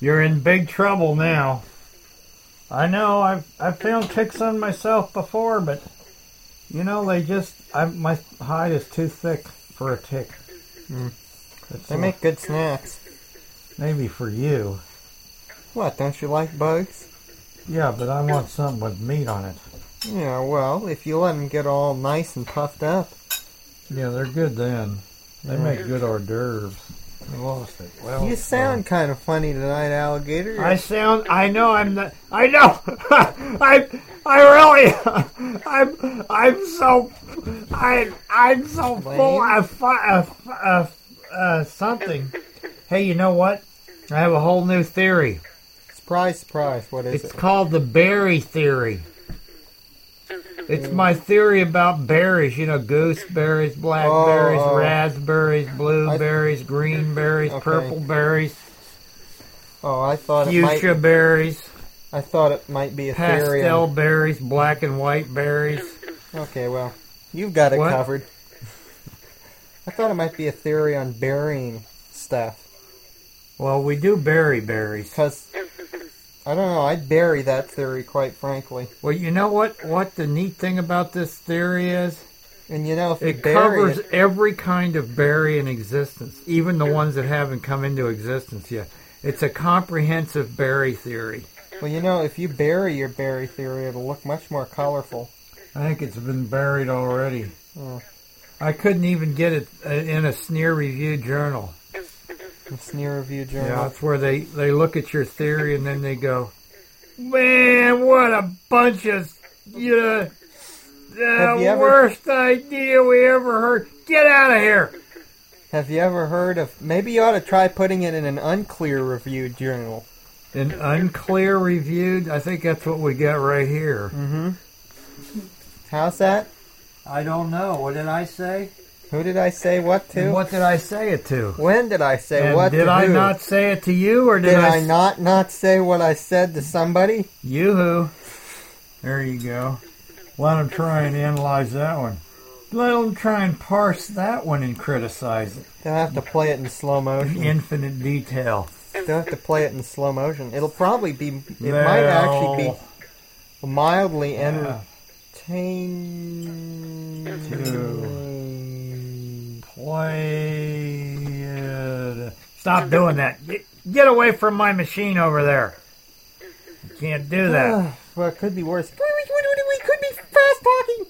you're in big trouble now. I know I've I've found ticks on myself before, but you know they just I my hide is too thick for a tick. Hmm. It's They make good snacks. maybe for you. What, don't you like bugs? Yeah, but I want something with meat on it. Yeah, well, if you let them get all nice and puffed up. Yeah, they're good then. They make good hors d'oeuvres. I lost it. Well, You sound kind of funny tonight, alligator. I sound. I know. I'm not. I know. I. I really. I'm. I'm so. I. I'm so full of, fu- of, of uh, something. Hey, you know what? I have a whole new theory. surprise, surprise, what is It's it? called the berry theory. It's my theory about berries. You know, gooseberries, blackberries, Oh, oh. raspberries, blueberries, green berries, Okay. purple berries, Oh, I thought it fuchsia might. berries. I thought it might be a theory. pastel on- berries, black and white berries. Okay, well, you've got it What? covered. I thought it might be a theory on burying stuff, Well, we do berry berries. because I don't know. I'd bury that theory, quite frankly. Well, you know what? What the neat thing about this theory is? And you know, if you It bury covers it, every kind of berry in existence, even the ones that haven't come into existence yet. It's a comprehensive berry theory. well, you know, if you bury your berry theory, it'll look much more colorful. I think it's been buried already. I couldn't even get it uh, in a sneer review journal. The sneer review journal. Yeah, that's where they, they look at your theory and then they go, man, what a bunch of, you know, the Have you ever- worst idea we ever heard. Get out of here. Have you ever heard of? Maybe you ought to try putting it in an unclear review journal. An unclear reviewed, I think that's what we got right here. How's that? Mm. I don't know. What did I say? Who did I say what to? And what did I say it to? when did I say And what did to I who? not say it to you or did, Did I, I not not say what I said to somebody? Yoo-hoo. There you go. Let them try and analyze that one. Let them try and parse that one and criticize it They'll have to play it in slow in motion. infinite detail. They'll have to play it in slow motion. It'll probably be. It might actually be mildly entertaining. to play it. Stop doing that. Get, get away from my machine over there. You can't do that. well, it could be worse. We could be fast talking.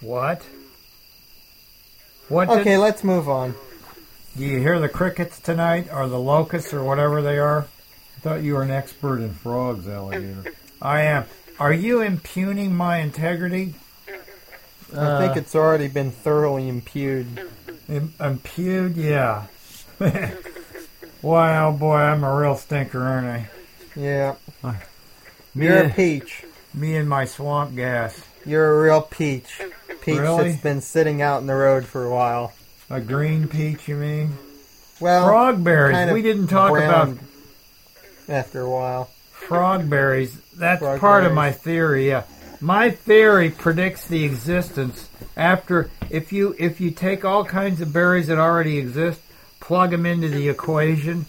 What? What did, Okay, let's move on. do you hear the crickets tonight or the locusts or whatever they are? I thought you were an expert in frogs, alligator. I am. Are you impugning my integrity? I Uh, think it's already been thoroughly impugned. Im- impugned? Yeah. Why, oh boy, I'm a real stinker, aren't I? Yeah. Me, You're a peach. me and my swamp gas. You're a real peach. Peach Really? that's been sitting out in the road for a while. A green peach, you mean? Well, Frog berries. kind of we didn't talk brown about after a while. frog berries. That's Frog part of berries. my theory. Yeah, my theory predicts the existence after if you if you take all kinds of berries that already exist, plug them into the equation,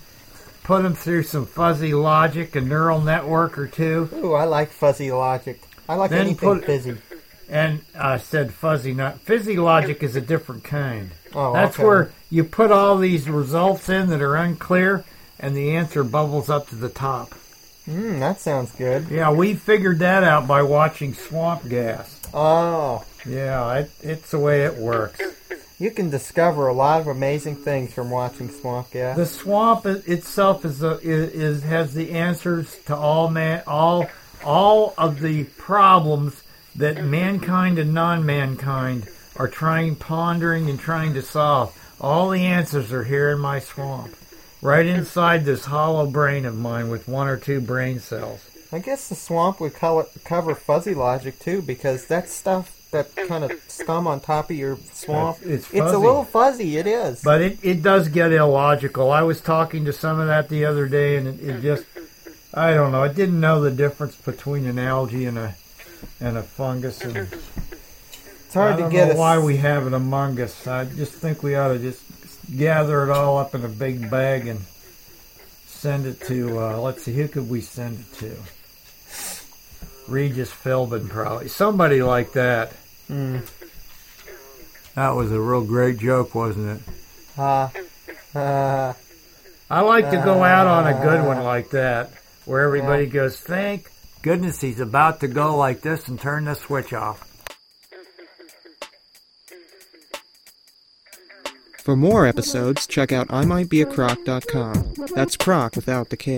put them through some fuzzy logic, a neural network or two, Ooh, I like fuzzy logic. I like Then anything put- fizzy. and I said fuzzy, not fizzy logic is a different kind. Oh, That's okay. where you put all these results in that are unclear, and the answer bubbles up to the top. Hmm, that sounds good. Yeah, we figured that out by watching Swamp Gas. Oh, Yeah, it, it's the way it works. you can discover a lot of amazing things from watching Swamp Gas. The swamp i- itself is a, i- is has the answers to all man all all of the problems that mankind and non-mankind are trying pondering and trying to solve. All the answers are here in my swamp, right inside this hollow brain of mine with one or two brain cells. I guess the swamp would color, cover fuzzy logic too, because that stuff, that kind of scum on top of your swamp, It's- it's a fuzzy. little fuzzy. It is. But it, it does get illogical. I was talking to some of that the other day, and it, it just, I don't know. I didn't know the difference between an algae and a and a fungus, and it's hard I to don't get know a, why we have it among us. I just think we ought to just gather it all up in a big bag and send it to. Uh, let's see, who could we send it to? Regis Philbin, probably somebody like that. Hmm. That was a real great joke, wasn't it? Uh, uh, I like to go out on a good one like that, where everybody goes, thank goodness he's about to go like this and turn the switch off. For more episodes, check out imightbeacroc.com. That's croc without the K.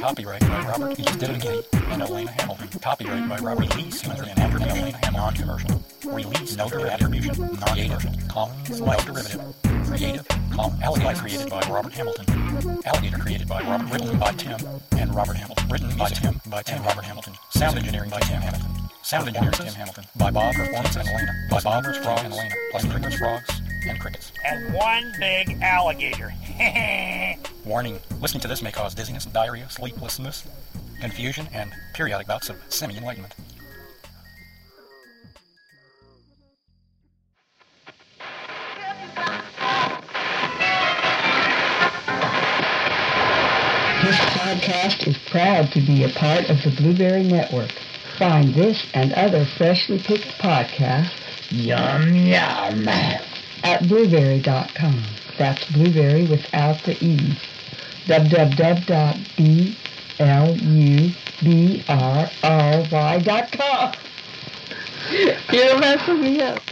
Copyright by Robert E. Diddy and Elena Hamilton. Copyright by Robert Lee Simmons and Andrew and Elena Hamilton. Non-commercial. Release no other attribution. Non-native. Commons. Mild derivative. Creative. Com. Alligator created by Robert Hamilton. Alligator created by Robert. Written by Tim and Robert Hamilton. Written by Tim. By Tim and Robert Hamilton. Sound engineering by Tim Hamilton. Sound engineer Tim Hamilton. By Bob Performance and Elena. By Bob Rich Frog and Elena. Plus crickets, frogs, and crickets. And one big alligator. Warning, listening to this may cause dizziness, diarrhea, sleeplessness, confusion, and periodic bouts of semi-enlightenment. This podcast is proud to be a part of the Blueberry Network. Find this and other freshly picked podcasts, yum yum, at blueberry.com. That's blueberry without the E. www.blueberry.com. You're messing me up.